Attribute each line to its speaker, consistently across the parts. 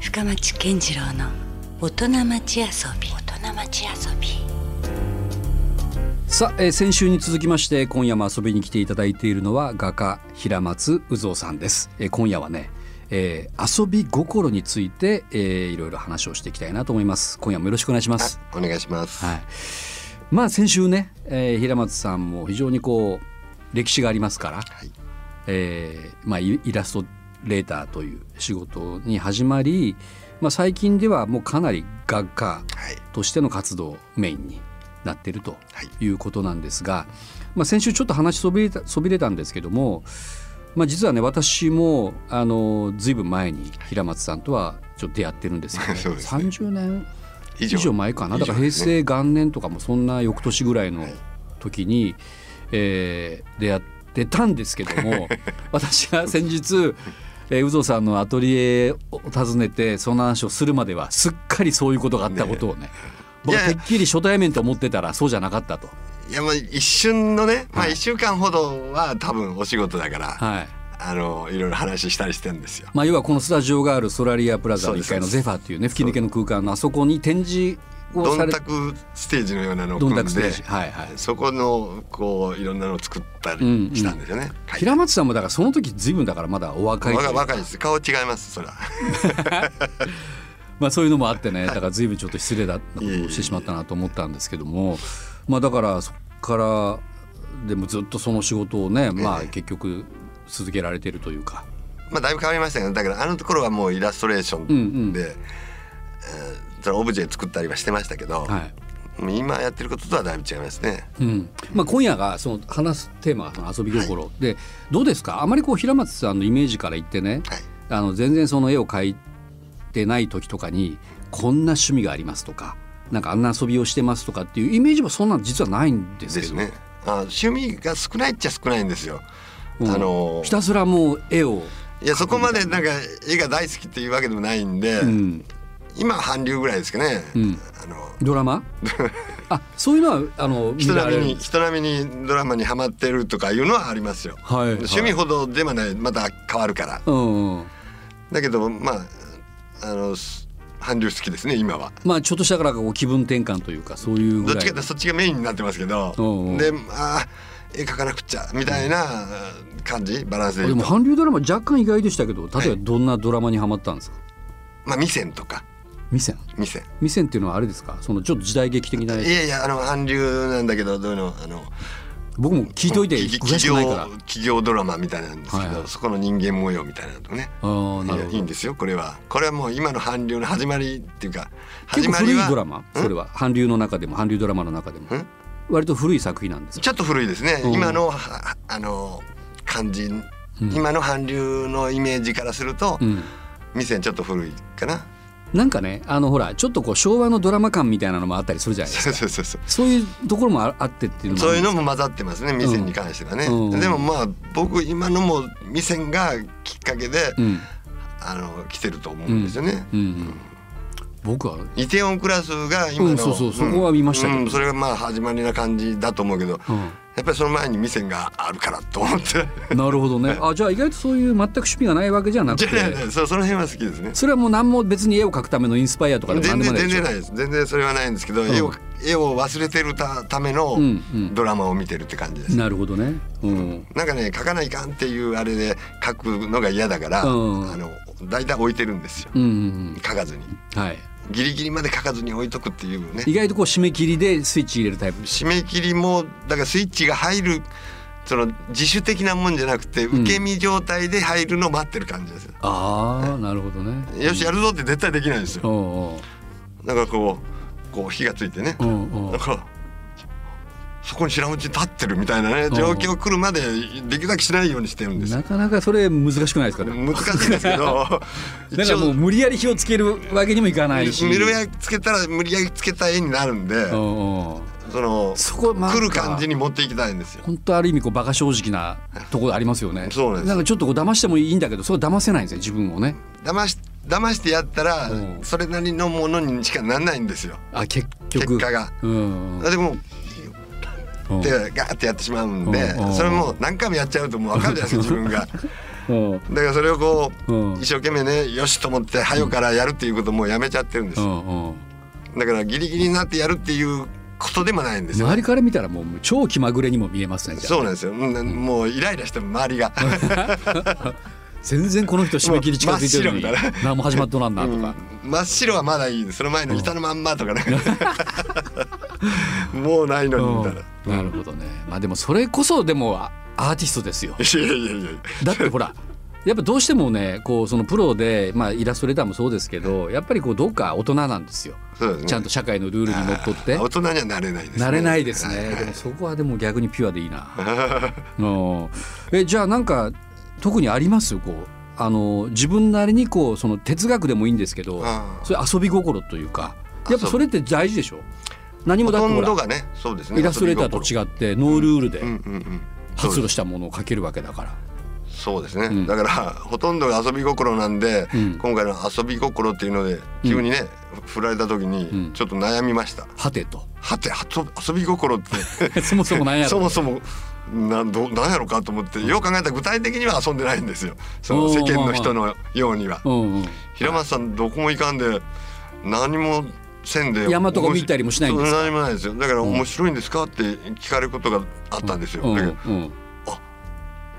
Speaker 1: 深町健次郎の大人町遊び大人町遊び
Speaker 2: さあ、えー先週に続きまして今夜も遊びに来ていただいているのは画家平松宇蔵さんです、えー今夜はね、えー遊び心について、えーいろいろ話をしていきたいなと思います今夜もよろしくお願いします
Speaker 3: お願いします。
Speaker 2: はい。まあ先週ね、えー平松さんも非常にこう歴史がありますから、
Speaker 3: い
Speaker 2: えーまあイイラストレーターという仕事に始まり、まあ最近ではもうかなり画家
Speaker 3: はい。
Speaker 2: としての活動をメインになっていると
Speaker 3: はい
Speaker 2: いうことなんですが、まあ、先週ちょっと話しそびれたそびれたんですけども、まあ、実はね私もあのずいぶん前に平松さんとはちょっと出会ってるんですよね
Speaker 3: そうですね
Speaker 2: 30年
Speaker 3: 以
Speaker 2: 以上前かなだから平成元年とかもそんな翌年ぐらいの時に、えー出会ってたんですけど も私が先日えー、宇蔵さんのアトリエを訪ねてその話をするまではすっかりそういうことがあったことをね僕
Speaker 3: い
Speaker 2: は
Speaker 3: や
Speaker 2: てっきり初対面と思ってたらそうじゃなかったと。
Speaker 3: いやまあ一瞬のね、ま
Speaker 2: は
Speaker 3: あ
Speaker 2: い
Speaker 3: 一週間ほどは多分お仕事だから、
Speaker 2: はい
Speaker 3: あのいろいろ話したりしてんですよ。
Speaker 2: まあ、要はこのスタジオがあるソラリアプラザ
Speaker 3: そう
Speaker 2: の
Speaker 3: で
Speaker 2: 1
Speaker 3: す
Speaker 2: 階の
Speaker 3: そう
Speaker 2: ゼ
Speaker 3: で
Speaker 2: ファーっていうね吹き抜けの空間のあそこに展示を
Speaker 3: ど
Speaker 2: さ
Speaker 3: ん
Speaker 2: れ
Speaker 3: たくステージのようなのを
Speaker 2: ど
Speaker 3: 組
Speaker 2: ん
Speaker 3: ん
Speaker 2: た
Speaker 3: で
Speaker 2: くステージはいはい
Speaker 3: そこのこういろんなのを作ったり
Speaker 2: うんうん
Speaker 3: したんですよね。はい
Speaker 2: 平松さんもだからその時随分だからまだお若いという
Speaker 3: 若
Speaker 2: か
Speaker 3: 若いです顔違いますそら
Speaker 2: まあ、そういうのもあってねだから随分ちょっと失礼だったことをしてしまったなと思ったんですけどもまあだからそっからでもずっとその仕事をね、まあ、
Speaker 3: ええ
Speaker 2: 結局続けられてるというか、
Speaker 3: まあだいぶ変わりましたけどだからあのところはもうイラストレーションで、
Speaker 2: うんうん
Speaker 3: えーそのオブジェ作ったりはしてましたけど、
Speaker 2: はい
Speaker 3: 今やってることとはだいぶ違いますね。
Speaker 2: うんまあ、今夜がその話すテーマがその遊び心、でどうですかあまりこう平松さんのイメージから言ってね
Speaker 3: はい
Speaker 2: あの全然その絵を描いてない時とかにこんな趣味がありますとかなんかあんな遊びをしてますとかっていうイメージもそんなの実はないんです
Speaker 3: で
Speaker 2: け
Speaker 3: す
Speaker 2: ど
Speaker 3: ね。あ趣味が少ないっちゃ少ないんですよ。
Speaker 2: うん
Speaker 3: あの
Speaker 2: ひたすらもう絵を
Speaker 3: いやそこまでなんか絵が大好きっていうわけでもないんで、
Speaker 2: うん、
Speaker 3: 今は韓流ぐらいですかね。
Speaker 2: ん
Speaker 3: あの
Speaker 2: ドラ マあそういうのはあの見
Speaker 3: 人
Speaker 2: られ
Speaker 3: 並
Speaker 2: る
Speaker 3: み
Speaker 2: ん
Speaker 3: に
Speaker 2: です
Speaker 3: 人並みにドラマにハマってるとかいうのはありますよ。
Speaker 2: はいはい
Speaker 3: 趣味ほどでもないまた変わるから。
Speaker 2: うんうん
Speaker 3: だけどまああのす韓流好きですね今は。
Speaker 2: まあちょっとしたからこう気分転換というかそういうぐ
Speaker 3: どっ
Speaker 2: らい
Speaker 3: ちかってそっちがメインになってますけど、
Speaker 2: うんうん
Speaker 3: であー絵描かなくっちゃみたいな感じバランスで
Speaker 2: で
Speaker 3: 言う
Speaker 2: も
Speaker 3: と、
Speaker 2: 韓流ドラマ若干意外でしたけど例えば
Speaker 3: はい
Speaker 2: どんなドラマにハマったんですか、
Speaker 3: まあミセンとか
Speaker 2: ミセン
Speaker 3: ミセン。
Speaker 2: ミセンっていうのはあれですかそのちょっと時代劇的なやつ
Speaker 3: いやいやあの韓流なんだけどどういうのあの
Speaker 2: 僕も聞いといて
Speaker 3: 企
Speaker 2: 詳しくないから
Speaker 3: 企業企業ドラマみたいなんですけど、
Speaker 2: はいはい
Speaker 3: そこの人間模様みたいなのとね
Speaker 2: あーないる
Speaker 3: や
Speaker 2: ほ
Speaker 3: いいん
Speaker 2: ど
Speaker 3: ですよこれはこれはもう今の韓流の始まりっていうか
Speaker 2: 結
Speaker 3: 始
Speaker 2: 構
Speaker 3: まり
Speaker 2: 古い
Speaker 3: は
Speaker 2: ドラマそれは韓流の中でも韓流ドラマの中でも
Speaker 3: ん
Speaker 2: 割と古い作品なんですか
Speaker 3: ちょっと古いですね、
Speaker 2: うん
Speaker 3: 今のはあの感じ、今の韓流のイメージからすると、
Speaker 2: うん
Speaker 3: 店ちょっと古いかな
Speaker 2: なんかねあのほらちょっとこう昭和のドラマ感みたいなのもあったりするじゃないですか
Speaker 3: そうそうそうそう
Speaker 2: そういうところもああってっていうのもあ
Speaker 3: そう
Speaker 2: る
Speaker 3: いうん
Speaker 2: です
Speaker 3: のも混ざってますね店に関してはね、
Speaker 2: うん
Speaker 3: でもまあ僕今のも店がきっかけで、
Speaker 2: うん
Speaker 3: あの来てると思うんですよね、
Speaker 2: うんうん、僕は
Speaker 3: イテオンクラスが今の、
Speaker 2: うんそうそうそこは見ましたけど
Speaker 3: うんそれがまあ始まりな感じだと思うけど、
Speaker 2: うん
Speaker 3: やっぱりその前に店があるからと思って
Speaker 2: なるほど ねあじゃあ意外とそういう全く趣味がないわけじゃな
Speaker 3: じ
Speaker 2: く
Speaker 3: ゃあね
Speaker 2: て
Speaker 3: そその辺は好きですね
Speaker 2: それはもう何も別に絵を描くためのインスパイアとかでも何
Speaker 3: 全
Speaker 2: でも
Speaker 3: 然
Speaker 2: ないでしょ
Speaker 3: 全然ないです全然それはないんですけど、絵を絵を忘れてるたための
Speaker 2: うんうん
Speaker 3: ドラマを見てるって感じです、
Speaker 2: なるほどね、うん、
Speaker 3: なんかね書かないかんっていうあれで書くのが嫌だから、
Speaker 2: うん
Speaker 3: あの大体置いてるんですよ、
Speaker 2: うんうん
Speaker 3: 書かずに
Speaker 2: うんはい
Speaker 3: ギリギリまで書かずに置いとくっていうね
Speaker 2: 意外とこう締め切りでスイッチ入れるタイプ
Speaker 3: 締め切りもだからスイッチが入るその自主的なもんじゃなくて受け身状態で入るのを待ってる感じです、
Speaker 2: ああなるほどね
Speaker 3: よしやるぞって絶対できないんですよ
Speaker 2: おう
Speaker 3: なんかこうこう火がついてね
Speaker 2: おうおうお
Speaker 3: なん
Speaker 2: う
Speaker 3: かそこに白打ち立ってるみたいなね状況来るまでできるだけしないようにしてるんですよ
Speaker 2: なかなかそれ難しくないですかでも
Speaker 3: 難しいんですけど
Speaker 2: だか
Speaker 3: 一
Speaker 2: らもう
Speaker 3: 応
Speaker 2: 無理やり火をつけるわけにもいかないし
Speaker 3: 無理やりつけたら無理やりつけた絵になるんで
Speaker 2: おうおう
Speaker 3: その
Speaker 2: そこまあ
Speaker 3: 来る感じに持っていきたいんですよ。
Speaker 2: 本当ある意味こう馬鹿正直なところありますよね。
Speaker 3: そうなんです
Speaker 2: かちょっとこう騙してもいいんだけど、それは騙せないんですよ自分をね。
Speaker 3: 騙し騙してやったら
Speaker 2: うん
Speaker 3: それなりのものにしかならないんですよ
Speaker 2: あ結局。
Speaker 3: 結果が。
Speaker 2: うんうん。
Speaker 3: でも
Speaker 2: うん
Speaker 3: でガーってやってしまうんで
Speaker 2: うん
Speaker 3: それもう何回もやっちゃうともう分かるじゃないですか自分が。
Speaker 2: うん
Speaker 3: だからそれをこう、
Speaker 2: うん
Speaker 3: 一生懸命ねよしと思って「はよ」からやるっていうこともうやめちゃってるんです
Speaker 2: う
Speaker 3: よ、
Speaker 2: んうん
Speaker 3: だからギリギリになってやるっていうことでもないんですよ
Speaker 2: 周りから見たらもう超気まぐれにも見えますねじゃあ
Speaker 3: そうなんですよ、うんもうイライラしても周りが
Speaker 2: 全然この人締め切り近づいてるのに
Speaker 3: もう真っ白みたい
Speaker 2: 何も始まっとらんなと
Speaker 3: う
Speaker 2: か
Speaker 3: ん、真っ白はまだいいその前の板のまんまとかね もうないのにみたいな
Speaker 2: うんなるほどねまあでもそれこそでもあアーティストです よ
Speaker 3: いやいやいやいや
Speaker 2: だってほらやっぱどうしてもねこうそのプロで、まあ、イラストレーターもそうですけどやっぱりこうどうか大人なんですよ
Speaker 3: そうですね
Speaker 2: ちゃんと社会のルールにのっとって
Speaker 3: あー大人にはなれないですね
Speaker 2: なれないですね、
Speaker 3: はい
Speaker 2: でもそこはでも逆にピュアでいいな うんえじゃあなんか特にありますこうあの自分なりにこうその哲学でもいいんですけど
Speaker 3: あー
Speaker 2: それ遊び心というかやっぱそれって大事でしょ何も
Speaker 3: ほ
Speaker 2: だっ
Speaker 3: と
Speaker 2: てほ
Speaker 3: んど
Speaker 2: ら
Speaker 3: がねそうですね
Speaker 2: イラストレーターと
Speaker 3: う、
Speaker 2: 違ってノールールで
Speaker 3: うんうんうん、
Speaker 2: 発露したものを描けるわけだから
Speaker 3: そうですね、
Speaker 2: ん
Speaker 3: だからほとんどが遊び心なんで、
Speaker 2: うん
Speaker 3: 今回の遊び心っていうので急にね、振られた時
Speaker 2: うん
Speaker 3: にちょっと悩みました、
Speaker 2: はてと
Speaker 3: はてはと遊び心って
Speaker 2: そもそも何やろ
Speaker 3: そもそもなんどなんやろうかと思って、よう考えたら具体的には遊んでないんですよその
Speaker 2: おー
Speaker 3: 世間の人のようには。
Speaker 2: うんうん
Speaker 3: 平松さんどこも行かんで何もせんで
Speaker 2: 山とか見たりもしないんですか
Speaker 3: そう何もないですよだから面白いんですかって聞かれることがあったんですよ、
Speaker 2: うんう
Speaker 3: だけ
Speaker 2: ん
Speaker 3: ど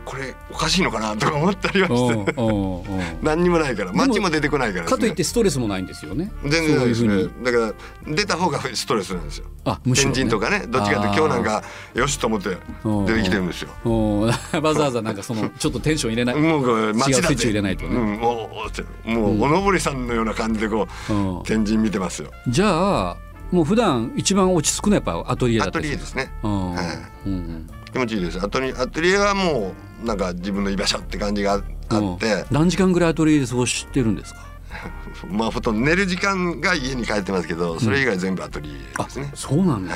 Speaker 3: これおかしいのかなとか思ったりはして、
Speaker 2: うんうんうん
Speaker 3: 何にもないから
Speaker 2: も
Speaker 3: 街も出てこないから、ね、
Speaker 2: かといってストレスもないんですよね。
Speaker 3: 全然ないです
Speaker 2: そうい
Speaker 3: ね
Speaker 2: うふうに
Speaker 3: だから出た方がストレスなんですよ
Speaker 2: あ、むしろ、
Speaker 3: 天
Speaker 2: ね。
Speaker 3: 神とかねどっちかというと今日なんかよしと思って
Speaker 2: うん
Speaker 3: 出てきてるんですよ
Speaker 2: うん。わざわざなんかそのちょっとテンション入れない。
Speaker 3: もうこれ街
Speaker 2: 違
Speaker 3: だっ
Speaker 2: うスイッチ
Speaker 3: て
Speaker 2: を入れないとね
Speaker 3: うん、おーおーってもうおのぼりさんのような感じでこう、
Speaker 2: うん
Speaker 3: 天神見てますよ
Speaker 2: じゃあもう普段一番落ち着くのはやっぱアトリエだ
Speaker 3: ア
Speaker 2: った
Speaker 3: ト
Speaker 2: りす
Speaker 3: リエ
Speaker 2: る
Speaker 3: ですね
Speaker 2: うん
Speaker 3: はい
Speaker 2: うん
Speaker 3: 気持ちいいですアトリエアトリエはもうなんか自分の居場所って感じがあっ
Speaker 2: うんうん
Speaker 3: て、
Speaker 2: 何時間ぐらいアトリエで過ごしてるんですか。
Speaker 3: まあほとんど寝る時間が家に帰ってますけどそれ以外全部アトリエ
Speaker 2: あ
Speaker 3: ですね、、
Speaker 2: そうなんだ。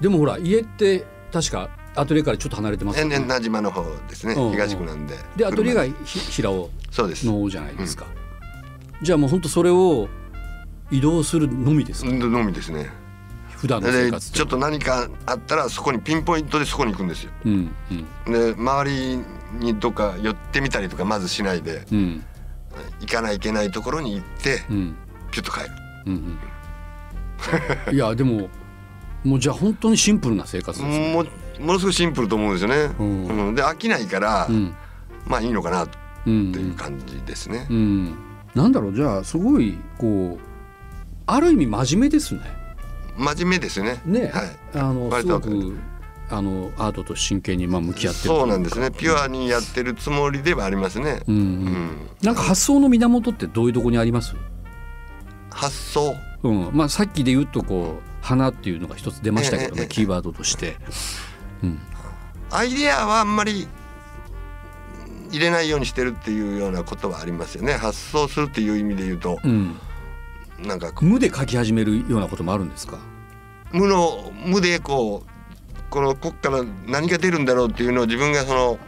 Speaker 2: でもほら家って確かアトリエからちょっと離れてます
Speaker 3: え
Speaker 2: よ
Speaker 3: んえ
Speaker 2: ね。
Speaker 3: ん名島の方ですね、
Speaker 2: うんうん
Speaker 3: 東区なんで
Speaker 2: でアトリエが
Speaker 3: 車
Speaker 2: ひ平尾
Speaker 3: そうです
Speaker 2: の方じゃないですか。じゃあもう本当それを移動するのみですか。
Speaker 3: のみですね
Speaker 2: 普段の生
Speaker 3: で
Speaker 2: 活
Speaker 3: ちょっと何かあったらそこにピンポイントでそこに行くんですよ
Speaker 2: うんうん
Speaker 3: で周りにどっか寄ってみたりとかまずしないで
Speaker 2: うん
Speaker 3: 行かないけないところに行って
Speaker 2: うん
Speaker 3: ピュッと帰る
Speaker 2: うんうんいやでももうじゃあ本当にシンプルな生活ですね。
Speaker 3: もものすごいシンプルと思うんですよね、
Speaker 2: うん
Speaker 3: うんで飽きないから、
Speaker 2: うん
Speaker 3: まあいいのかなっ
Speaker 2: う
Speaker 3: ていうん感じですね
Speaker 2: う、ん、なんだろうじゃあすごいこうある意味真面目ですね。
Speaker 3: 真面目ですね
Speaker 2: ね、
Speaker 3: はい
Speaker 2: あのす
Speaker 3: 割
Speaker 2: ご
Speaker 3: と
Speaker 2: くあのアートと真剣にまあ向き合ってるといか
Speaker 3: そうなんですねピュアにやってるつもりではありますね、
Speaker 2: うんう
Speaker 3: うん
Speaker 2: ん、なんか発想の源ってどういうとこにあります？
Speaker 3: 発想
Speaker 2: うん、まあさっきで言うとこう花っていうのが一つ出ましたけど
Speaker 3: えええ
Speaker 2: ね
Speaker 3: え
Speaker 2: キーワードとして。うん
Speaker 3: アイデアはあんまり入れないようにしてるっていうようなことはありますよね発想するっていう意味で言うと
Speaker 2: うん、
Speaker 3: なんかこ
Speaker 2: 無で書き始めるようなこともあるんですか？
Speaker 3: う無の無でこうこのこっから何が出るんだろうっていうのを自分がその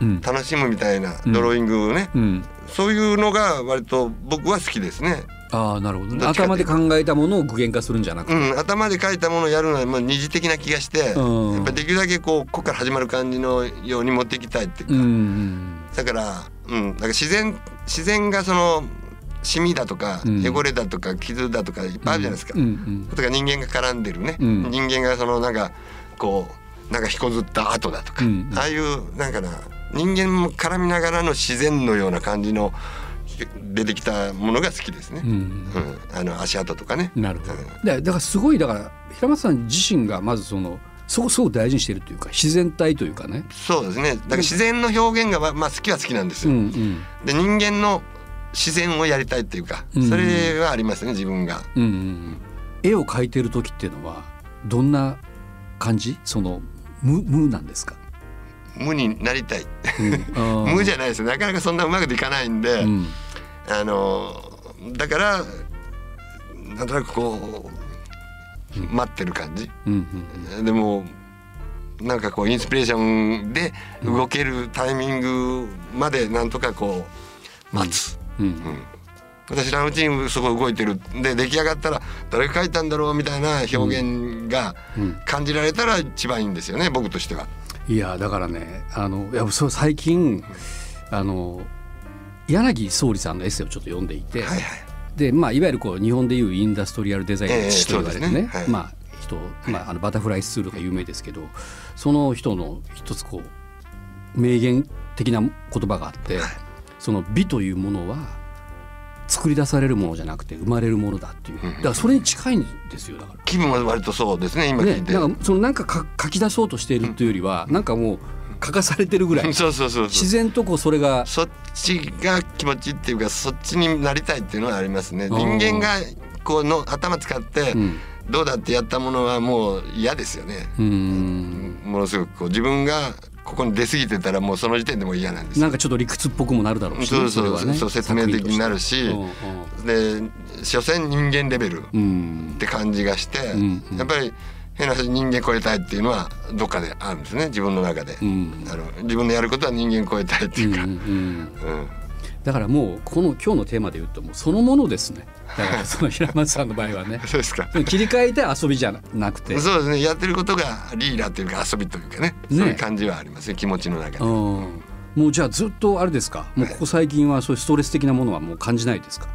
Speaker 2: うん
Speaker 3: 楽しむみたいな
Speaker 2: うん
Speaker 3: ドローイングをね、
Speaker 2: うん、
Speaker 3: そういうのが割と僕は好きですね、
Speaker 2: ああなるほどね
Speaker 3: どっちか
Speaker 2: 頭
Speaker 3: ってい
Speaker 2: で
Speaker 3: う
Speaker 2: 考えたものを具現化するんじゃなく
Speaker 3: う
Speaker 2: て、
Speaker 3: ん、頭で書いたものをやるのはまあ二次的な気がして、
Speaker 2: うん
Speaker 3: やっぱできるだけこうこっから始まる感じのように持っていきたいっていうか、
Speaker 2: うんうん
Speaker 3: だから、うん、なんか自然自然がそのシミだとか、
Speaker 2: うん
Speaker 3: 汚れだとか傷だとかいっぱいあるじゃないですか。
Speaker 2: うんうん
Speaker 3: とか人間が絡んでるね、
Speaker 2: うん
Speaker 3: 人間がそのなんかこうなんかひこずった跡だとか、
Speaker 2: うん
Speaker 3: ああいうなんかな人間も絡みながらの自然のような感じのひ出てきたものが好きですね。
Speaker 2: うんうん
Speaker 3: うん、あの足跡とかね。
Speaker 2: なるほど
Speaker 3: うん
Speaker 2: でだからすごいだから平松さん自身がまずそのそこそこ大事にしてるというか自然体というかね、
Speaker 3: そうですね。だから自然の表現がままあ好きは好きなんです
Speaker 2: う
Speaker 3: よ。
Speaker 2: ん
Speaker 3: で人間の自然をやりたいっていうか、
Speaker 2: うん
Speaker 3: それはありますね自分が。
Speaker 2: うんうんうん、絵を描いてる時っていうのはどんな感じその無無なんですか、
Speaker 3: 無になりたい。
Speaker 2: うん、
Speaker 3: 無じ
Speaker 2: ゃ、
Speaker 3: ゃないですよ。なかなかそんなうまくいかないんで、
Speaker 2: うん
Speaker 3: あのだからなんとなくこう待ってる感じ。
Speaker 2: うんうん、
Speaker 3: でもなんかこうインスピレーションで動けるタイミングまでなんとかこう待つ。
Speaker 2: うん
Speaker 3: 私らのうちにそこ動いてるで出来上がったら誰が書いたんだろうみたいな表現が感じられたら一番いいんですよね僕としては。
Speaker 2: いやだからねあのいやそう最近あの柳総理さんのエッセイをちょっと読んでいて、
Speaker 3: はいはい
Speaker 2: でまあ、いわゆるこう日本でいうインダストリアルデザインの父と言われてね,、
Speaker 3: ええそうですねはい
Speaker 2: まあ、人、まあ、あのバタフライスツールが有名ですけどその人の一つこう名言的な言葉があって、その美というものは作り出されるものじゃなくて生まれるものだっていうだからそれに近いんですよだから。
Speaker 3: 気分は割とそうですね今聞
Speaker 2: ね、
Speaker 3: いて、
Speaker 2: なんかそのなんかか書き出そうとしているというよりは、なんかもう書かされてるぐらい
Speaker 3: そうそうそうそ
Speaker 2: 自
Speaker 3: う
Speaker 2: 然とこうそれが
Speaker 3: そっちが気持ちいいっていうかそっちになりたいっていうのはありますね
Speaker 2: あー
Speaker 3: 人間がこの頭使って
Speaker 2: うん
Speaker 3: どうだってやったものはもう嫌ですよね、
Speaker 2: うーん
Speaker 3: ものすごくこう自分がここに出過ぎてたらもうその時点でもう嫌なんです
Speaker 2: なんかちょっと理屈っぽくもなるだろうしね、
Speaker 3: そうそう
Speaker 2: れはね
Speaker 3: そう説明的になるし
Speaker 2: 作品として
Speaker 3: で所詮人間レベルっ
Speaker 2: うんうん
Speaker 3: て感じがして、
Speaker 2: んうん
Speaker 3: やっぱり変な話人間超えたいっていうのはどっかであるんですね自分の中で、
Speaker 2: うん
Speaker 3: あの自分のやることは人間超えたいって
Speaker 2: うん
Speaker 3: いううか、うん
Speaker 2: んだからもうこの今日のテーマで言うともうそのものですねだからその平松さんの場合は ね
Speaker 3: そうですか
Speaker 2: 切り替えて遊びじゃなくて
Speaker 3: そうですねやってることがリーダーというか遊びというかね
Speaker 2: ね
Speaker 3: そういう感じはありますね気持ちの中で、
Speaker 2: うんもうじゃあずっとあれですかもうここ最近はそういうストレス的なものはもう感じないですか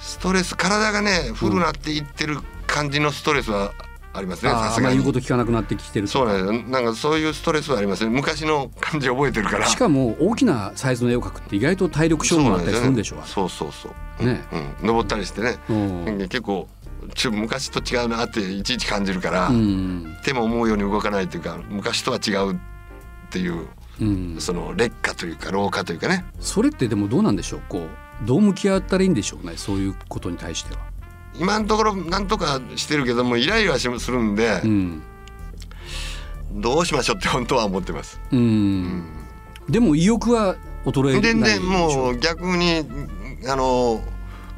Speaker 3: ストレス体がねフルなっていってる感じのストレスはありますね
Speaker 2: あ
Speaker 3: さ
Speaker 2: ーあ
Speaker 3: す
Speaker 2: んま
Speaker 3: が
Speaker 2: り言うこ
Speaker 3: に
Speaker 2: と聞かなくなってきてると
Speaker 3: そうなんですよなんかそういうストレスはありますね昔の感じ覚えてるから
Speaker 2: しかも大きなサイズの絵を描くって意外と体力勝負だったりするんでしょう
Speaker 3: そうなんですよねそうそうそう
Speaker 2: あれね
Speaker 3: うん、登ったりしてね、
Speaker 2: うん
Speaker 3: うん結構ちょ昔と違うなっていちいち感じるから、
Speaker 2: うん
Speaker 3: 手も思うように動かないというか昔とは違うっていう
Speaker 2: うん
Speaker 3: その劣化というか老化というかね
Speaker 2: それってでもどうなんでしょうこうどう向き合ったらいいんでしょうねそういうことに対しては。
Speaker 3: 今のところなんとかしてるけどもイライラしまするんで
Speaker 2: う、ん
Speaker 3: どうしましょうって本当は思ってます。
Speaker 2: うんでも意欲は衰えない
Speaker 3: 全
Speaker 2: でし
Speaker 3: 然
Speaker 2: ょ
Speaker 3: もう逆にあの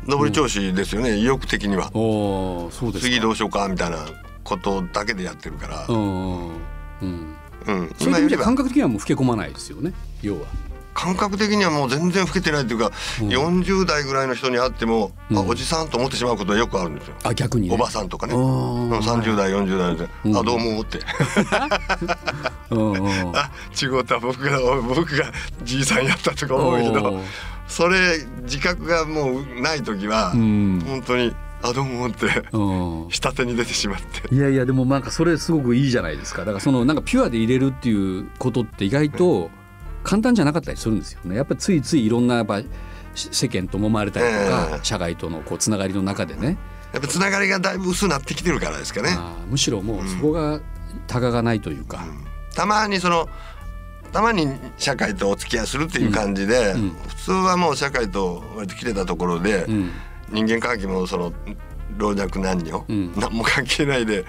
Speaker 3: 上り調子ですよね、意欲的には。
Speaker 2: おーそうですか
Speaker 3: 次どうしようかみたいなことだけでやってるから、
Speaker 2: うんうん
Speaker 3: うん、
Speaker 2: そういう意味で
Speaker 3: 今よ
Speaker 2: 感覚的にはもう老け込まないですよね要は。
Speaker 3: りは感覚的にはもう全然老けてないというか、
Speaker 2: うん
Speaker 3: 40代ぐらいの人に会っても、
Speaker 2: うん
Speaker 3: あおじさんと思ってしまうことはよくあるんですよ、
Speaker 2: あ逆に、ね、
Speaker 3: おばさんとかね。
Speaker 2: あ
Speaker 3: うん
Speaker 2: ー
Speaker 3: 30代40代で「
Speaker 2: うん
Speaker 3: あどうも」って
Speaker 2: うんうん
Speaker 3: 「 あ違った僕がお僕がじいさんやった」とか思うけど
Speaker 2: おー
Speaker 3: それ自覚がもうない時は、
Speaker 2: うん
Speaker 3: 本当に「あどうも」って
Speaker 2: うん
Speaker 3: 下手に出てしまって
Speaker 2: いやいやでもなんかそれすごくいいじゃないですかだからそのなんかピュアで入れるっていうことって意外と簡単じゃなかったりするんですよねやっぱりついついいろんなやっぱし世間と揉まれたりとか、
Speaker 3: ええ
Speaker 2: 社外とのこうつながりの中でね、
Speaker 3: やっぱつながりがだいぶ薄くなってきてるからですかね。
Speaker 2: あーむしろもうそこがたががないというか、
Speaker 3: たまにそのたまに社会とお付き合いするっていう感じで、
Speaker 2: んうん
Speaker 3: 普通はもう社会と割と切れたところで、
Speaker 2: うん
Speaker 3: 人間関係もその老若男女、
Speaker 2: うん
Speaker 3: 何も関係ないで、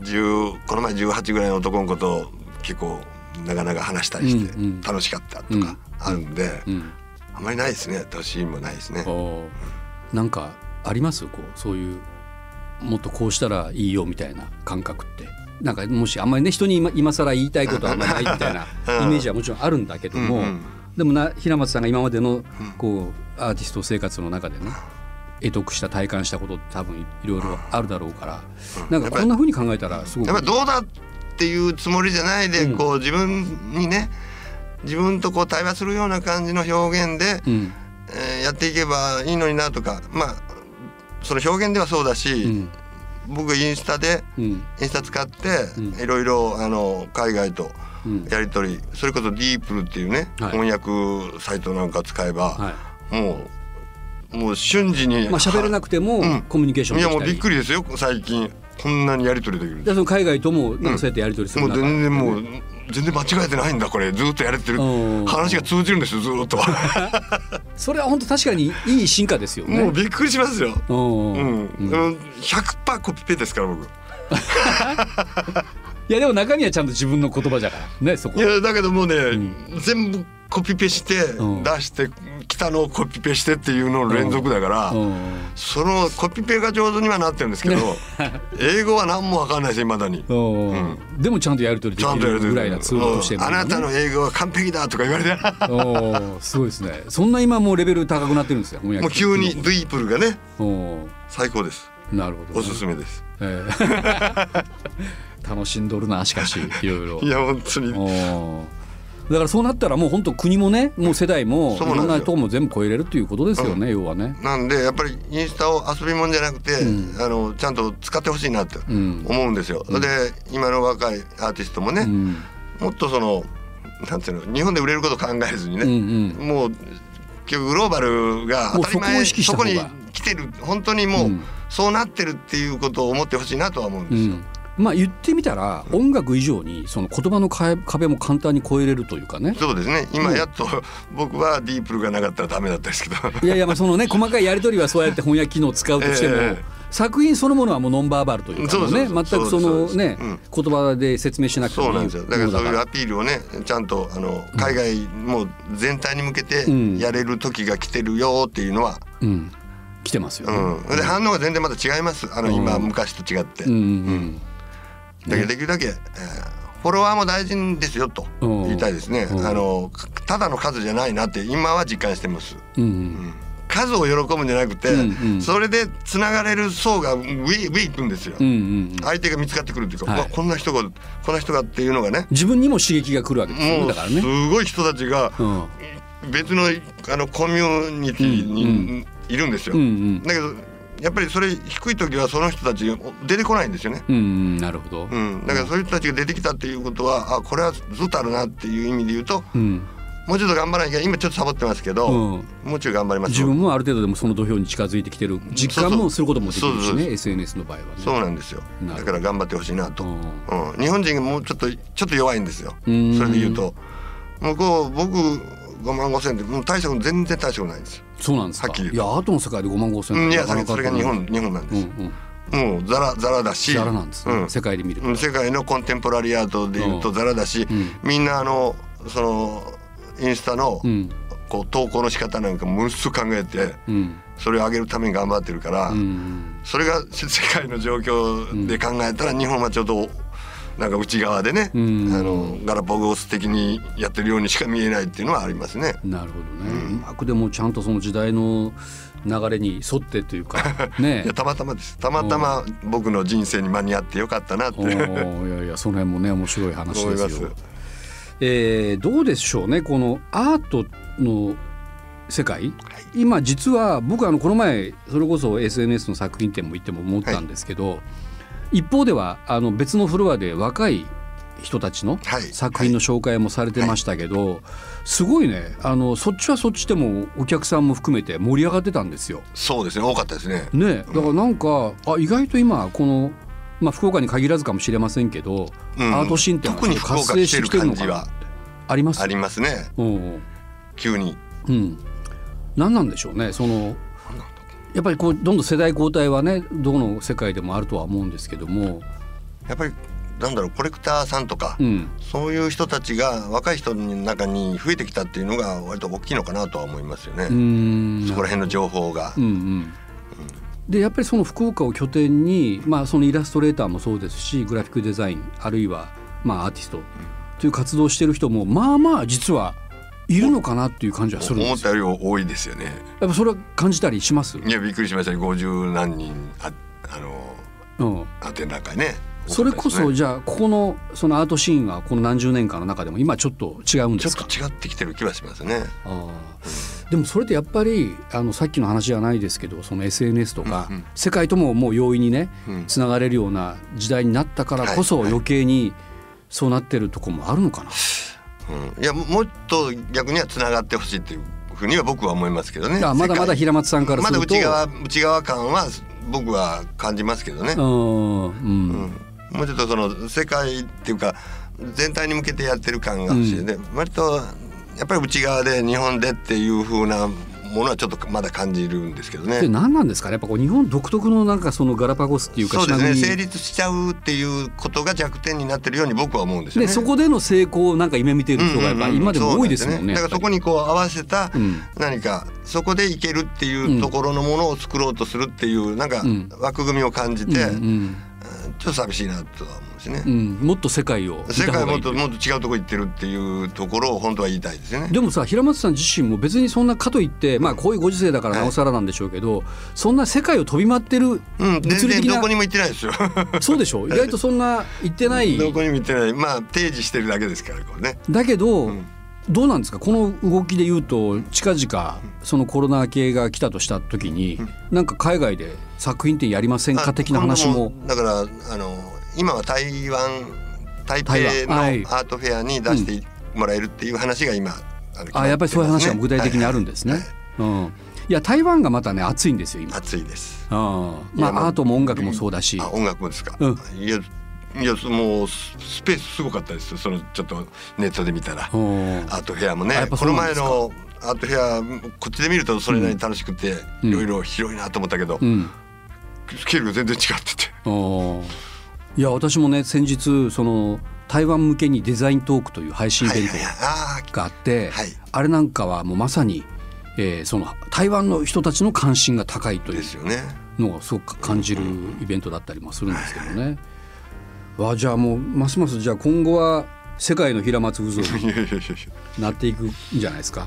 Speaker 3: 10この前18ぐらいの男の子と結構なかなか話したりして
Speaker 2: うんうん
Speaker 3: 楽しかった
Speaker 2: う
Speaker 3: と
Speaker 2: ん
Speaker 3: かあるんで、
Speaker 2: うん
Speaker 3: あんまりないですね年もないですね。
Speaker 2: おーなんかありますこうそういうもっとこうしたらいいよみたいな感覚ってなんかもしあんまりね人に今今更言いたいことはあんまりないみたいな
Speaker 3: う
Speaker 2: イ
Speaker 3: ん
Speaker 2: メージはもちろんあるんだけども、
Speaker 3: うんうん
Speaker 2: でもな平松さんが今までのこうアーティスト生活の中でね得得した体感したことって多分いいろいろあるだろうから、なんかこんなふうに考えたらすご
Speaker 3: やっぱ
Speaker 2: く
Speaker 3: りどうだっていうつもりじゃないで、
Speaker 2: うん
Speaker 3: こう自分にね自分とこう対話するような感じの表現で、
Speaker 2: うん
Speaker 3: えーやっていけばいいのになとかまあその表現ではそうだし、
Speaker 2: うん
Speaker 3: 僕インスタで
Speaker 2: うん
Speaker 3: インスタ使って、
Speaker 2: うん
Speaker 3: いろいろあの海外と
Speaker 2: うん
Speaker 3: やり取りそれこそディープルっていうね、
Speaker 2: はい
Speaker 3: 翻訳サイトなんか使えば、
Speaker 2: はい
Speaker 3: もうもう瞬時に、
Speaker 2: まあ喋れなくても
Speaker 3: うん
Speaker 2: コミュニケーション
Speaker 3: い
Speaker 2: で
Speaker 3: や
Speaker 2: きたり、
Speaker 3: もうびっくりですよ最近こんなにやり取りできる
Speaker 2: でその海外ともなんかそうやってやり取りす
Speaker 3: も
Speaker 2: る
Speaker 3: う
Speaker 2: 中で、
Speaker 3: 全然もう全然間違えてないんだこれずっとやれてる
Speaker 2: うん
Speaker 3: 話が通じるんですよず っと
Speaker 2: それは本当確かにいい進化ですよね。
Speaker 3: もうびっくりしますよ
Speaker 2: うん
Speaker 3: うん、
Speaker 2: うん
Speaker 3: うん、100%コピペですから僕い
Speaker 2: いやでも中身はちゃんと自分の言葉じゃからねそこ。
Speaker 3: やだけどもうね、
Speaker 2: ん
Speaker 3: 全部コピペして
Speaker 2: うん
Speaker 3: 出してきたのをコピペしてっていうのの連続だから、
Speaker 2: うん
Speaker 3: そのコピペが上手にはなってるんですけ ど英語は何もわかんないですいまだに。
Speaker 2: うんでもちゃんとやり取り
Speaker 3: ち
Speaker 2: で
Speaker 3: ゃ
Speaker 2: き
Speaker 3: んとやれ
Speaker 2: る
Speaker 3: て
Speaker 2: ぐ
Speaker 3: る
Speaker 2: らいなツールとして
Speaker 3: うんあなたの英語は完璧だと か言われて
Speaker 2: おすごいですねそんな今もうレベル高くなってるんですよ翻
Speaker 3: も
Speaker 2: 訳
Speaker 3: う急にドゥイープルがね
Speaker 2: お
Speaker 3: 最高です
Speaker 2: なるほど
Speaker 3: お
Speaker 2: ね、
Speaker 3: すすめです
Speaker 2: え え楽しんどるなしかしいろいろ
Speaker 3: いや本当に
Speaker 2: おーだからそうなったらもう本当国もねもう世代もい
Speaker 3: そうなんです
Speaker 2: ろ
Speaker 3: よ
Speaker 2: んな党も全部超えれるということですよね、要はね。
Speaker 3: なんでやっぱりインスタを遊びもんじゃなくて、あのちゃんと使ってほしいなって
Speaker 2: うん
Speaker 3: 思うんですよ。で今の若いアーティストもね、
Speaker 2: うん
Speaker 3: もっとそのなんていうの日本で売れること考えずにね、
Speaker 2: うんうん
Speaker 3: もう結局グローバルが当たり
Speaker 2: もうそこを
Speaker 3: 前
Speaker 2: 意識した
Speaker 3: そ
Speaker 2: 方が
Speaker 3: こに来てる本当にもう、
Speaker 2: うん
Speaker 3: そうなってるっていうことを思ってほしいなとは思うん
Speaker 2: う
Speaker 3: ですよ。
Speaker 2: んまあ言ってみたら音楽以上にその言葉のか壁も簡単に越えれるというかね。
Speaker 3: そうですね今
Speaker 2: うん
Speaker 3: やっと僕はディープルがなかったらダメだった ですけど
Speaker 2: いやいやまあそ のね細かいやり取りはそうやって翻訳機能を使うとしても、
Speaker 3: ええ
Speaker 2: 作品そのものはもうノンバーバルというかもうね
Speaker 3: そうそうそう
Speaker 2: 全くその
Speaker 3: そうで
Speaker 2: ね
Speaker 3: すそう
Speaker 2: 言葉で説明しなくてもい
Speaker 3: そう
Speaker 2: い
Speaker 3: なんですよだからそう
Speaker 2: も
Speaker 3: い
Speaker 2: の
Speaker 3: うアピールをねちゃんとあの海外もう全体に向けて
Speaker 2: ん
Speaker 3: やれる時が来てるよっていうのは、
Speaker 2: うん来てますよ
Speaker 3: う
Speaker 2: ね。
Speaker 3: んで反応が全然また違いますあの今、
Speaker 2: うん
Speaker 3: 昔と違って。
Speaker 2: うんうん
Speaker 3: だけどできるだけ、えーフォロワーも大事ですよと
Speaker 2: うん
Speaker 3: 言いたいですね、
Speaker 2: うん
Speaker 3: あのかただの数じゃないなって今は実感してます、
Speaker 2: うんう
Speaker 3: うんん数を喜ぶんじゃなくて、
Speaker 2: うんうん
Speaker 3: それでつながれる層が上上行くんですよ、
Speaker 2: うんうん
Speaker 3: 相手が見つかってくるっていうか、
Speaker 2: はいう
Speaker 3: わこんな人がこんな人がっていうのがね
Speaker 2: 自分にも刺激が来るわけですよね
Speaker 3: もう
Speaker 2: だからね。
Speaker 3: すごい人たちが
Speaker 2: うん
Speaker 3: 別のあのコミュニティに、
Speaker 2: うん
Speaker 3: いるんですよ、
Speaker 2: うんうん
Speaker 3: だけどやっぱりそれ低い時はその人たち出てこないんですよね
Speaker 2: うんうんなるほど。
Speaker 3: うん、だからそういう人たちが出てきたっていうことはあこれはずっとあるなっていう意味で言うと
Speaker 2: うん
Speaker 3: もうちょっと頑張らなきゃ今ちょっとサボってますけど、
Speaker 2: うん
Speaker 3: もうちょい頑張ります
Speaker 2: 自分もある程度でもその土俵に近づいてきてる実感もすることもできる
Speaker 3: そうそ
Speaker 2: し
Speaker 3: う
Speaker 2: ね
Speaker 3: そ
Speaker 2: SNS の場合はね。
Speaker 3: そうなんですよ
Speaker 2: なるほど
Speaker 3: だから頑張ってほしいなと、
Speaker 2: う
Speaker 3: うん
Speaker 2: ん
Speaker 3: 日本人がもうちょっとちょっと弱いんですよそ
Speaker 2: うん
Speaker 3: れで言うと向こう僕5万5千ってもう大したこと全然大したことないんですよ、
Speaker 2: そうなんですか。
Speaker 3: はっきり
Speaker 2: い
Speaker 3: 言う
Speaker 2: やアートの世界で5万5千
Speaker 3: うんいや
Speaker 2: なかなか
Speaker 3: それが日本日本なん
Speaker 2: う
Speaker 3: で
Speaker 2: ん
Speaker 3: す、
Speaker 2: うん。
Speaker 3: もうザラザラだし
Speaker 2: ザラなんです
Speaker 3: う
Speaker 2: ね、
Speaker 3: ん
Speaker 2: 世界で見ると
Speaker 3: うん世界のコンテンポラリーアートで言う
Speaker 2: う
Speaker 3: と
Speaker 2: ん
Speaker 3: ザラだし、
Speaker 2: ん
Speaker 3: みんなあのそのインスタの、
Speaker 2: うん
Speaker 3: こう投稿の仕方なんかものすごく考えて
Speaker 2: うん
Speaker 3: それを上げるために頑張ってるから、
Speaker 2: うん
Speaker 3: それが世界の状況で考えたら日本はちょっとなんか内側でね、
Speaker 2: うん
Speaker 3: あのガラパゴス的にやってるようにしか見えないっていうのはありますね。
Speaker 2: なるほどね、うまくでもちゃんとその時代の流れに沿ってというか ね
Speaker 3: いやたまたまですたまたま僕の人生に間に合ってよかったなって
Speaker 2: おーいやいやその辺もね面白い話
Speaker 3: 思い
Speaker 2: で
Speaker 3: ますす
Speaker 2: よ。。えーどうでしょうねこのアートの世界、今実は僕あのこの前それこそ SNS の作品展も行っても思ったんですけど、一方ではあの別のフロアで若い人たちの
Speaker 3: はい
Speaker 2: 作品の紹介もされてましたけど、すごいねあのそっちはそっちでもお客さんも含めて盛り上がってたんですよ。
Speaker 3: そうですね多かったですね。
Speaker 2: ね、だからなんか、あ意外と今この、まあ、福岡に限らずかもしれませんけど、
Speaker 3: うん
Speaker 2: アートシーンっていうの
Speaker 3: 特に
Speaker 2: は
Speaker 3: 福岡
Speaker 2: 活性してきてるのか
Speaker 3: 来てる
Speaker 2: なっ
Speaker 3: 感
Speaker 2: てあります
Speaker 3: ありますね
Speaker 2: うん
Speaker 3: 急に。
Speaker 2: うん、何なんでしょうねそのやっぱりこうどんどん世代交代はねどの世界でもあるとは思うんですけども、
Speaker 3: やっぱりなんだろうコレクターさんとか、
Speaker 2: うん、
Speaker 3: そういう人たちが若い人の中に増えてきたっていうのが割と大きいのかなとは思いますよね。
Speaker 2: うーん
Speaker 3: そこら辺の情報が、
Speaker 2: うんうん、でやっぱりその福岡を拠点に、まあ、そのイラストレーターもそうですしグラフィックデザインあるいは、まあ、アーティストという活動をしてる人もまあまあ実はいるのかなっていう感じはするん
Speaker 3: 思
Speaker 2: で
Speaker 3: っ
Speaker 2: すよ
Speaker 3: たより多いですよね。
Speaker 2: やっぱそれは感じたりします、
Speaker 3: いやびっくりしましたね。五十何人ああの
Speaker 2: うん、
Speaker 3: アテナ会ね。
Speaker 2: それこそ
Speaker 3: 多かったですね
Speaker 2: じゃあここのそのアートシーンはこの何十年間の中でも今ちょっと違うんで
Speaker 3: ちょ
Speaker 2: すか
Speaker 3: っと違ってきてる気はしますね。
Speaker 2: ああでもそれってやっぱりあのさっきの話じゃないですけどその SNS とか、
Speaker 3: うんうん
Speaker 2: 世界とももう容易にね
Speaker 3: うん
Speaker 2: つながれるような時代になったからこそ
Speaker 3: はいはい
Speaker 2: 余計にそうなってるとこもあるのかな。
Speaker 3: うん、いやももっと逆にはつながってほしいっていうふうには僕は思いますけどね。
Speaker 2: あまだまだ
Speaker 3: 世界
Speaker 2: 平松さんから
Speaker 3: ますだ
Speaker 2: ると
Speaker 3: 内側内側感は僕は感じますけどね。
Speaker 2: うんうん
Speaker 3: もうちょっとその世界っていうか全体に向けてやってる感が欲しいね、割とやっぱり内側で日本でっていう風なものはちょっとまだ感じるんですけど
Speaker 2: で
Speaker 3: ね。
Speaker 2: 何なんですかねやっぱこう日本独特のなんかそのガラパゴスっていうか
Speaker 3: そうですね
Speaker 2: 島
Speaker 3: 成
Speaker 2: 国
Speaker 3: 立しちゃうっていうことが弱点になってるように僕は思うんですよ
Speaker 2: で
Speaker 3: ね。
Speaker 2: そこでの成功をなんか夢見てる人がやっぱ今でも多いですもんね。
Speaker 3: だからそこ
Speaker 2: に
Speaker 3: にこう合わせた
Speaker 2: うん
Speaker 3: 何かそこでいけるっていうところのものを作ろうとするっていうなんか
Speaker 2: ん
Speaker 3: 枠組みを感じて、
Speaker 2: うんうん
Speaker 3: ちょっと寂しいなとは思うんですね。
Speaker 2: うん、もっと世界を見
Speaker 3: 世
Speaker 2: た
Speaker 3: 界
Speaker 2: 方が
Speaker 3: も
Speaker 2: いい
Speaker 3: っ
Speaker 2: とい
Speaker 3: と
Speaker 2: う
Speaker 3: もっと違うとこ行ってるっていうところを本当は言いたいですよね。
Speaker 2: でもさ平松さん自身も別にそんなかといって、まあ、こういうご時世だからなおさらなんでしょうけど、そんな世界を飛び回ってる
Speaker 3: うん、全
Speaker 2: 物理
Speaker 3: 然
Speaker 2: 的
Speaker 3: ど
Speaker 2: な、
Speaker 3: こにも行ってないですよ。
Speaker 2: そうでしょ意外とそんな行ってない
Speaker 3: どこにも行ってない、まあ、提示してるだけですから、これね。
Speaker 2: だけど、
Speaker 3: ん
Speaker 2: どうなんですかこの動きで言うと近々そのコロナ系が来たとした時になんか海外で作品展やりませんか的な話
Speaker 3: 今
Speaker 2: も
Speaker 3: 度だからあの今は台湾台北
Speaker 2: 台
Speaker 3: の
Speaker 2: 湾
Speaker 3: ア
Speaker 2: はい
Speaker 3: ートフェアに出してもらえるっていう話が今あの
Speaker 2: あやっぱりそういう話が具体的にあるん
Speaker 3: で
Speaker 2: ですね。うん、いや台湾がまたね熱いんですよ今。
Speaker 3: 熱いです
Speaker 2: うん
Speaker 3: い
Speaker 2: ま
Speaker 3: やも
Speaker 2: あ
Speaker 3: う
Speaker 2: アートも音楽もそうだし。
Speaker 3: あ音楽もですか、
Speaker 2: うん
Speaker 3: いやいやもうススペースすごかったですよそのちょっとネットで見たら
Speaker 2: うん
Speaker 3: アートフェアもね
Speaker 2: あやっぱ
Speaker 3: こ
Speaker 2: そう
Speaker 3: の
Speaker 2: なん
Speaker 3: 前
Speaker 2: ですか
Speaker 3: のアートフェアこっちで見るとそれなりに楽しくて、
Speaker 2: うん
Speaker 3: いろいろ広いなと思ったけど、
Speaker 2: うん
Speaker 3: スケールが全然違ってて
Speaker 2: おーいや私もね先日その台湾向けにデザイントークという配信イ
Speaker 3: はい
Speaker 2: ベン
Speaker 3: はいはい
Speaker 2: ト
Speaker 3: あー
Speaker 2: があって、
Speaker 3: はい
Speaker 2: あれなんかはもうまさに、えーその台湾の人たちの関心が高いとい
Speaker 3: で
Speaker 2: う
Speaker 3: すよね
Speaker 2: のをすごく感じるイベントだったりもするんですけどね。わあじゃあもうますますじゃあ今後は世界の平松不像
Speaker 3: いやいやいやいや
Speaker 2: になっていくんじゃない ですか。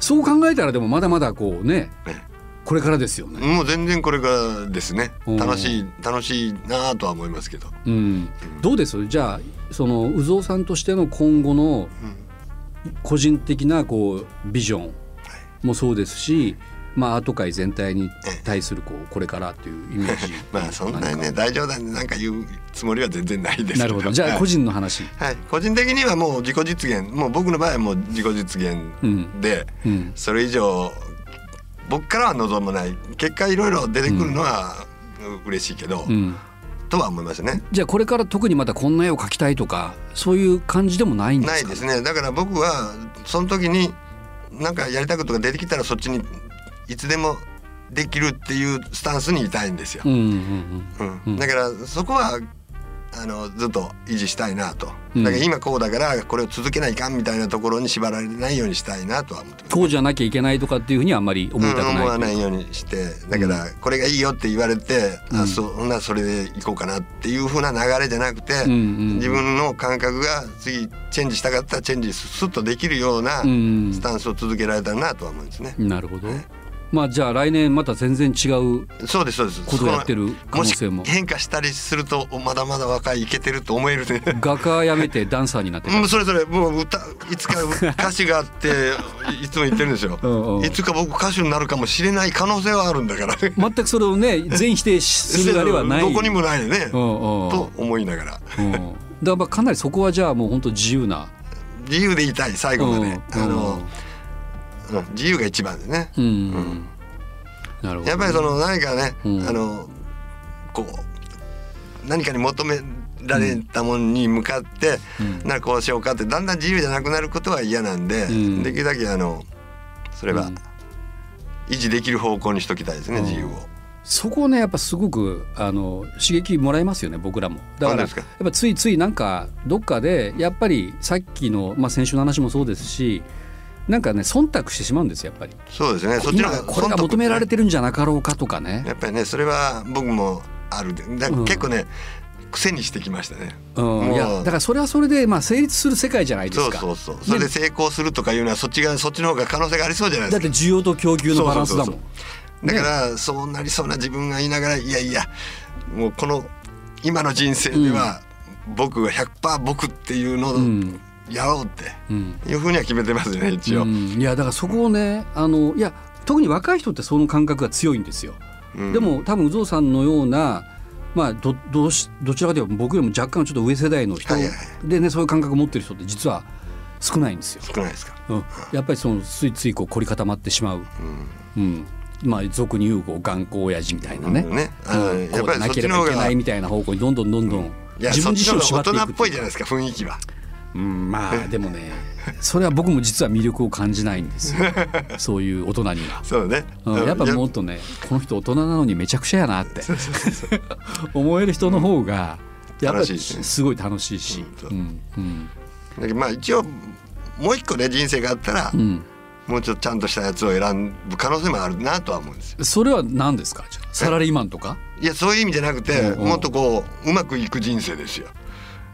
Speaker 2: そう考えたらでもまだまだこうね
Speaker 3: ね
Speaker 2: これからですよね。
Speaker 3: もう全然これからですね
Speaker 2: うん
Speaker 3: 楽しい楽しいなぁとは思いますけど、
Speaker 2: うん、どうですじゃあその宇蔵さんとしての今後の個人的なこうビジョンもそうですし、まあ、アート界全体に対するこうこれからというイメージ
Speaker 3: まあそんなにね大冗談でなんか言うつもりは全然ない ですけ
Speaker 2: なるほどじゃあ個人の話、
Speaker 3: はい、個人的にはもう自己実現もう僕の場合はもう自己実現
Speaker 2: うん
Speaker 3: で、
Speaker 2: うん、
Speaker 3: それ以上僕からは望まない結果いろいろ出てくるのは嬉しいけど、
Speaker 2: うん、
Speaker 3: とは思いますね。
Speaker 2: じゃあこれから特にまたこんな絵を描きたいとかそういう感じでもないんで
Speaker 3: な
Speaker 2: す
Speaker 3: い
Speaker 2: か
Speaker 3: ですねだから僕はその時になんかやりたいことが出てきたらそっちにいつでもできるっていうスタンスにいたいんですよ
Speaker 2: う。んうん
Speaker 3: うん
Speaker 2: うん
Speaker 3: だからそこはあのずっと維持したいなと、
Speaker 2: うん
Speaker 3: だから今こうだからこれを続けないかんみたいなところに縛られないようにしたいなとは思ってます
Speaker 2: こうじゃなきゃいけないとかっていうふうにはあんまり思いたくない,、
Speaker 3: うん思わないようにしてだからこれがいいよって言われて、
Speaker 2: うん
Speaker 3: あそんなそれでいこうかなっていう風な流れじゃなくて、
Speaker 2: うんうん
Speaker 3: 自分の感覚が次チェンジしたかったらチェンジスッとできるような
Speaker 2: うん
Speaker 3: スタンスを続けられたらなとは思うんですね。
Speaker 2: なるほどまあじゃあ来年また全然違う
Speaker 3: そうですそうです。
Speaker 2: ことをやってる可能性も
Speaker 3: し変化したりするとまだまだ若いいけてると思えるね。
Speaker 2: 画家辞めてダンサーになってた
Speaker 3: うん、それぞれもう歌いつか歌手があって いいつも言ってるんですよ
Speaker 2: うんうん
Speaker 3: いつか僕歌手になるかもしれない可能性はあるんだから
Speaker 2: 全くそれをね全否定するあれはない
Speaker 3: どこにもないね、
Speaker 2: うんうん
Speaker 3: と思いながら
Speaker 2: うんだからまあかなりそこはじゃあもう本当自由な
Speaker 3: 自由でいたい最後まで、あの、うん自由が一番ですね
Speaker 2: うんうんなるほど
Speaker 3: やっぱりその何かね、
Speaker 2: うん
Speaker 3: あのこう何かに求められたものに向かって、
Speaker 2: うん
Speaker 3: なんかこうしようかってだんだん自由じゃなくなることは嫌なんで、
Speaker 2: うん
Speaker 3: できるだけあのそれは維持できる方向にしときたいですね、
Speaker 2: うん
Speaker 3: 自由を。
Speaker 2: そこねやっぱすごくあの刺激もらえますよね僕らもだ
Speaker 3: そ
Speaker 2: か
Speaker 3: う
Speaker 2: ら
Speaker 3: で
Speaker 2: やっ
Speaker 3: すか
Speaker 2: ぱついついなんかどっかでやっぱりさっきの、まあ、先週の話もそうですしなんかね忖度してしまうんですよやっぱり
Speaker 3: そうですね。そっちの
Speaker 2: 今
Speaker 3: 方が
Speaker 2: これが求められ
Speaker 3: て
Speaker 2: てるんじゃなかろうかとかね
Speaker 3: やっぱりねそれは僕もあるでだ
Speaker 2: うん
Speaker 3: 結構ね、癖にしてきましたね。
Speaker 2: うん、いや
Speaker 3: も
Speaker 2: だ
Speaker 3: う
Speaker 2: からそれはそれでまあ成立する世界じゃないで
Speaker 3: そ
Speaker 2: す
Speaker 3: う
Speaker 2: か
Speaker 3: そうそう。それで成功するとかいうのはそっちがそっちの方が可能性がありそうじゃないで
Speaker 2: だ
Speaker 3: す
Speaker 2: っ
Speaker 3: か
Speaker 2: て。需要と供給のバランスだもん
Speaker 3: そうそうだからそうなりそうな自分が言いながらいやいやもうこの今の人生では僕が100%僕っていうの
Speaker 2: う
Speaker 3: を
Speaker 2: ん
Speaker 3: やろうって
Speaker 2: うん
Speaker 3: いうふうには決めてますね一
Speaker 2: う
Speaker 3: 応。うん
Speaker 2: んいやだからそこをねあのいや特に若い人ってその感覚が強いんですよ、でも多分有働さんのようなまあどどうしどちらかというと僕よりも若干ちょっと上世代の人
Speaker 3: はいはいは
Speaker 2: でねそういう感覚を持ってる人って実は少ないんですよ、
Speaker 3: 少ないですか。
Speaker 2: うん、やっぱりそのついついこう凝り固まってしまう、
Speaker 3: うん
Speaker 2: うん、まあ俗に言うこう頑固親父みたいなね、
Speaker 3: ねあの
Speaker 2: うん、
Speaker 3: や
Speaker 2: こ
Speaker 3: っ
Speaker 2: う
Speaker 3: ぱ
Speaker 2: で
Speaker 3: り
Speaker 2: な
Speaker 3: そっ
Speaker 2: け
Speaker 3: ち
Speaker 2: れ
Speaker 3: の
Speaker 2: ばい
Speaker 3: 方
Speaker 2: けない
Speaker 3: が
Speaker 2: みたいな方向にどんどんどんどん
Speaker 3: いや
Speaker 2: 自
Speaker 3: そ
Speaker 2: 分
Speaker 3: っち
Speaker 2: 自身
Speaker 3: の
Speaker 2: を縛
Speaker 3: 方
Speaker 2: ってい
Speaker 3: が大
Speaker 2: く
Speaker 3: 人
Speaker 2: っ
Speaker 3: ってぽ
Speaker 2: い
Speaker 3: いうじゃ
Speaker 2: か
Speaker 3: ないですか雰囲気は。
Speaker 2: うんまあでもねそれは僕も実は魅力を感じないんですよ そういう大人には。
Speaker 3: そうね。
Speaker 2: うん、やっぱもっ
Speaker 3: う
Speaker 2: とねこの人大人なのにめちゃくちゃやなって 思える人の方がやっぱ
Speaker 3: 楽しい
Speaker 2: り
Speaker 3: ですね
Speaker 2: すごい楽しいし、う
Speaker 3: うん
Speaker 2: うん
Speaker 3: だけどまあ一応もう一個ね人生があったら
Speaker 2: うん、
Speaker 3: もうちょっとちゃんとしたやつを選ぶ可能性もあるなとは思うんですよ。
Speaker 2: それは何ですかじゃあサラリーマンとか
Speaker 3: いやそういう意味じゃなくて
Speaker 2: うんうん
Speaker 3: もっとこううまくいく人生ですよ。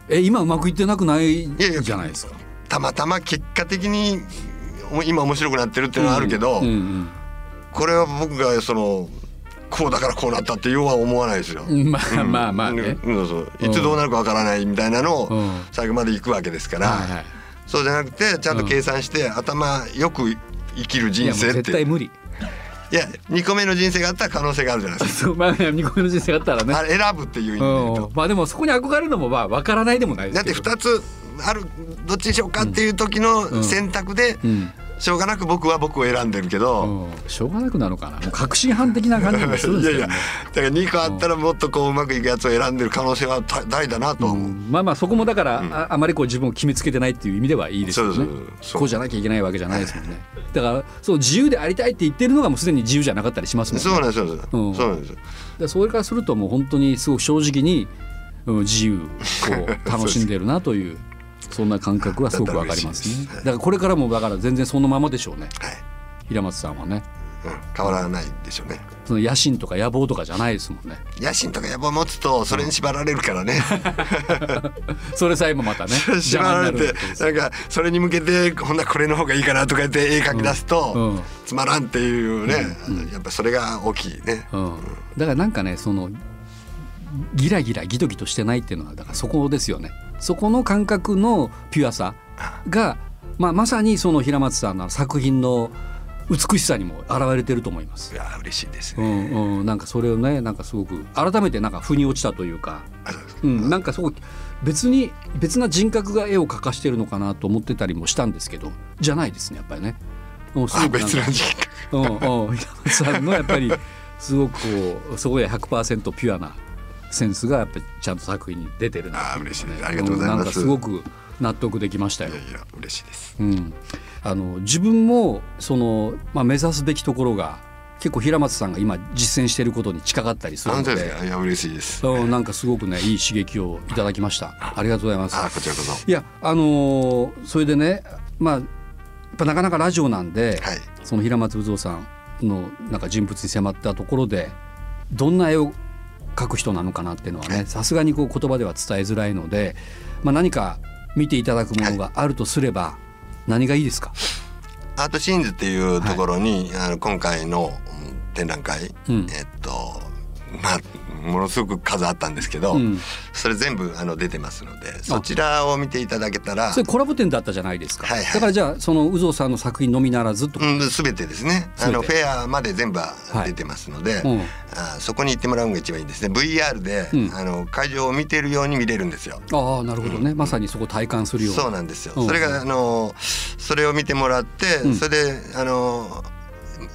Speaker 2: え今うまくいってなくない
Speaker 3: やいや
Speaker 2: じゃないですか。
Speaker 3: たまたま結果的にお今面白くなってるっていうのはあるけど、
Speaker 2: うんうん
Speaker 3: これは僕がそのこうだからこうなったってようは思わないですよ。
Speaker 2: うんまあ まあまあね。
Speaker 3: うんそうそういつどうなるかわからないみたいなの
Speaker 2: う
Speaker 3: を
Speaker 2: ん
Speaker 3: 最後まで行くわけですから、
Speaker 2: はいはい
Speaker 3: そうじゃなくてちゃんと計算して、頭よく生きる
Speaker 2: い
Speaker 3: 人
Speaker 2: やもう
Speaker 3: 生っ
Speaker 2: 絶
Speaker 3: て
Speaker 2: 対無理
Speaker 3: いや2個目の人生があったら可能性があるじゃないですか
Speaker 2: そうまあ2個目の人生があったらね
Speaker 3: あれ選ぶっていう意味で言うと
Speaker 2: うん、まあでもそこに憧れるのもまあ分からないでもないで
Speaker 3: だ
Speaker 2: す
Speaker 3: っ
Speaker 2: け
Speaker 3: て
Speaker 2: ど
Speaker 3: 2つあるどっちにしようかっていう時の選択で、
Speaker 2: うん
Speaker 3: しょうがなく僕は僕を選んでるけど、
Speaker 2: う ん、しょうがなくなのかなもう確信犯的な感じもするん
Speaker 3: い
Speaker 2: で
Speaker 3: や
Speaker 2: す
Speaker 3: い
Speaker 2: けど、
Speaker 3: やだ
Speaker 2: ね
Speaker 3: から2個あったらもっとこううまくいくやつを選んでる可能性は大大だなとは
Speaker 2: う
Speaker 3: 思う、
Speaker 2: んまあまあそこもだから、ああまりこう自分を決めつけてないっていう意味ではいいですよね
Speaker 3: そうそうそう
Speaker 2: こうじゃなきゃいけないわけじゃないですもんねだからそう自由でありたいって言ってるのがもうすでに自由じゃなかったりしますもんね
Speaker 3: そうなんですそうなんです、
Speaker 2: うん
Speaker 3: そうなんです
Speaker 2: でそれからするともう本当にすごく正直に、うん、自由を楽しんでるなというそんな感覚はすごくわかりますね
Speaker 3: だったら嬉しいです
Speaker 2: だからこれからもだから全然そのままでしょうね
Speaker 3: はい、
Speaker 2: 平松さんはね
Speaker 3: うん、変わらないでしょうね
Speaker 2: その野心とか野望とかじゃないですもんね
Speaker 3: 野心とか野望持つとそれに縛られるからね
Speaker 2: それさえもまたね
Speaker 3: 縛
Speaker 2: 邪魔
Speaker 3: られ
Speaker 2: にな
Speaker 3: て
Speaker 2: るわけです
Speaker 3: なんかそれに向けてほんならこれの方がいいかなとか言って絵描き出すと、
Speaker 2: うんうん
Speaker 3: つまらんっていうね、やっぱそれが大きいね、
Speaker 2: うん、だからなんかねそのギラギラギトギトしてないっていうのはだからそこですよねそこの感覚のピュアさが、まあ、まさにその平松さんの作品の美しさにも現れてると思います
Speaker 3: い。やー嬉しいです
Speaker 2: う
Speaker 3: ね、
Speaker 2: んうん、なんかそれをねなんかすごく改めてなんか腑に落ちたというか、
Speaker 3: あそうですか
Speaker 2: うん、なんかそこ別に別な人格が絵を描かしてるのかなと思ってたりもしたんですけどじゃないですねやっぱりね。うんすご
Speaker 3: あ
Speaker 2: くなんか
Speaker 3: 別の人格
Speaker 2: うんうん、平松さんのやっぱりすごくこうそこで100%ピュアなセンスがやっぱりちゃんと作品に出てるな
Speaker 3: あー嬉しいですありがとうござい
Speaker 2: ん
Speaker 3: ます
Speaker 2: なんかすごく納得できましたよ
Speaker 3: いや。いや嬉しいです
Speaker 2: うん、あの自分もその、まあ、目指すべきところが結構平松さんが今実践していることに近かったりするの
Speaker 3: 本
Speaker 2: で
Speaker 3: 当ですかいや嬉しいです
Speaker 2: うん、なんかすごくねいい刺激をいただきました。ありがとうございます。
Speaker 3: あこちらこそ
Speaker 2: いやあのーそれでねまあやっぱなかなかラジオなんで、
Speaker 3: はい
Speaker 2: その平松武蔵さんのなんか人物に迫ったところでどんな絵を描く人なのかなっていうのはねさすがにこう言葉では伝えづらいので、まあ、何か見ていただくものがあるとすれば、何がいいですか、
Speaker 3: アートシーンズっていうところに、あの今回のうん展覧会、
Speaker 2: うん
Speaker 3: えっとまあものすごく数あったんですけど、
Speaker 2: うん、
Speaker 3: それ全部あの出てますのでそちらを見ていただけたら
Speaker 2: それコラボ展だったじゃないですか、
Speaker 3: はいはい
Speaker 2: だからじゃあその有蔵さんの作品のみならずと、
Speaker 3: うん、全てですねあ
Speaker 2: 全
Speaker 3: のフ
Speaker 2: て
Speaker 3: ェアまで全部は
Speaker 2: はい
Speaker 3: 出てますので、
Speaker 2: うん
Speaker 3: あそこに行ってもらうのが一番いいですね VR で、
Speaker 2: うん
Speaker 3: あの会場を見てるように見れるんですよ。
Speaker 2: ああなるほどね、まさにそこ体感するような
Speaker 3: そうなんですよ、
Speaker 2: うん
Speaker 3: それがあのそれを見てもらって、
Speaker 2: うん
Speaker 3: それであの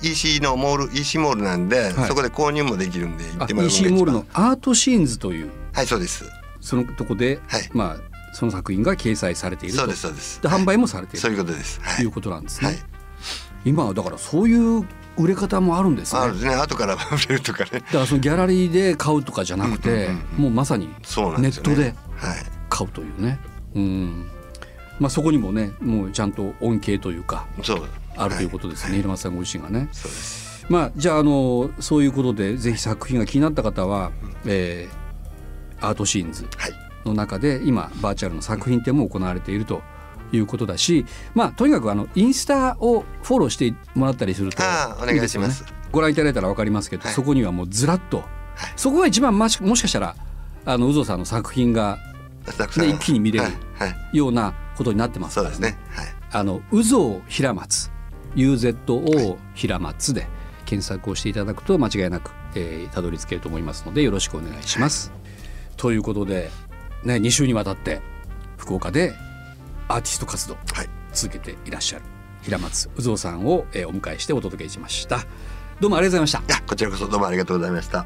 Speaker 3: EC のモール EC モールなんで、
Speaker 2: はい
Speaker 3: そこで購入もできるんで行
Speaker 2: あ
Speaker 3: ってもらうのが一
Speaker 2: EC
Speaker 3: 番
Speaker 2: モールのアートシーンズという
Speaker 3: はいそうです
Speaker 2: そのとこで、
Speaker 3: はい
Speaker 2: まあその作品が掲載されていると
Speaker 3: そうですそうです
Speaker 2: で販売もされている
Speaker 3: そういうことですは
Speaker 2: とい
Speaker 3: いう
Speaker 2: ことなんですね、
Speaker 3: はい
Speaker 2: 今はだからそういう売れ方もあるんですね
Speaker 3: あるんですね後から売れるとかね
Speaker 2: だからそのギャラリーで買うとかじゃなくて、
Speaker 3: うんうんうんうん
Speaker 2: もうまさに
Speaker 3: そうなん
Speaker 2: ネ
Speaker 3: です
Speaker 2: ッ
Speaker 3: よ
Speaker 2: ト
Speaker 3: ね
Speaker 2: で
Speaker 3: はい
Speaker 2: 買うというねうんまあそこにもねもうちゃんと恩恵というか
Speaker 3: そう
Speaker 2: あるという
Speaker 3: は
Speaker 2: ことですね、平松さんご自身がね
Speaker 3: いそうです
Speaker 2: まあじゃああのそういうことでぜひ作品が気になった方は、えーアートシーンズ
Speaker 3: はい
Speaker 2: の中で今バーチャルの作品展も行われているということだし、まあ、とにかくあのインスタをフォローしてもらったりすると
Speaker 3: ああお
Speaker 2: い
Speaker 3: 願
Speaker 2: いで
Speaker 3: い
Speaker 2: す
Speaker 3: し
Speaker 2: よね
Speaker 3: ます
Speaker 2: ご覧いただいたら分かりますけど、
Speaker 3: はい
Speaker 2: そこにはもうずらっと、そこが一番ましもしかしたらあの有働さんの作品が
Speaker 3: たくさん
Speaker 2: ね一気に見れる
Speaker 3: はい、はい、
Speaker 2: ようなことになってますか
Speaker 3: そう
Speaker 2: ら
Speaker 3: ですねはい
Speaker 2: あの「うぞう平松」「UZO 平松」で検索をしていただくと間違いなく、えーたどり着けると思いますのでよろしくお願いします。ということで、ね、2週にわたって福岡でアーティスト活動
Speaker 3: はい
Speaker 2: 続けていらっしゃる平松うぞうさんを、えーお迎えしてお届けしました。どうもありがとうございました。
Speaker 3: あこちらこそどうもありがとうございました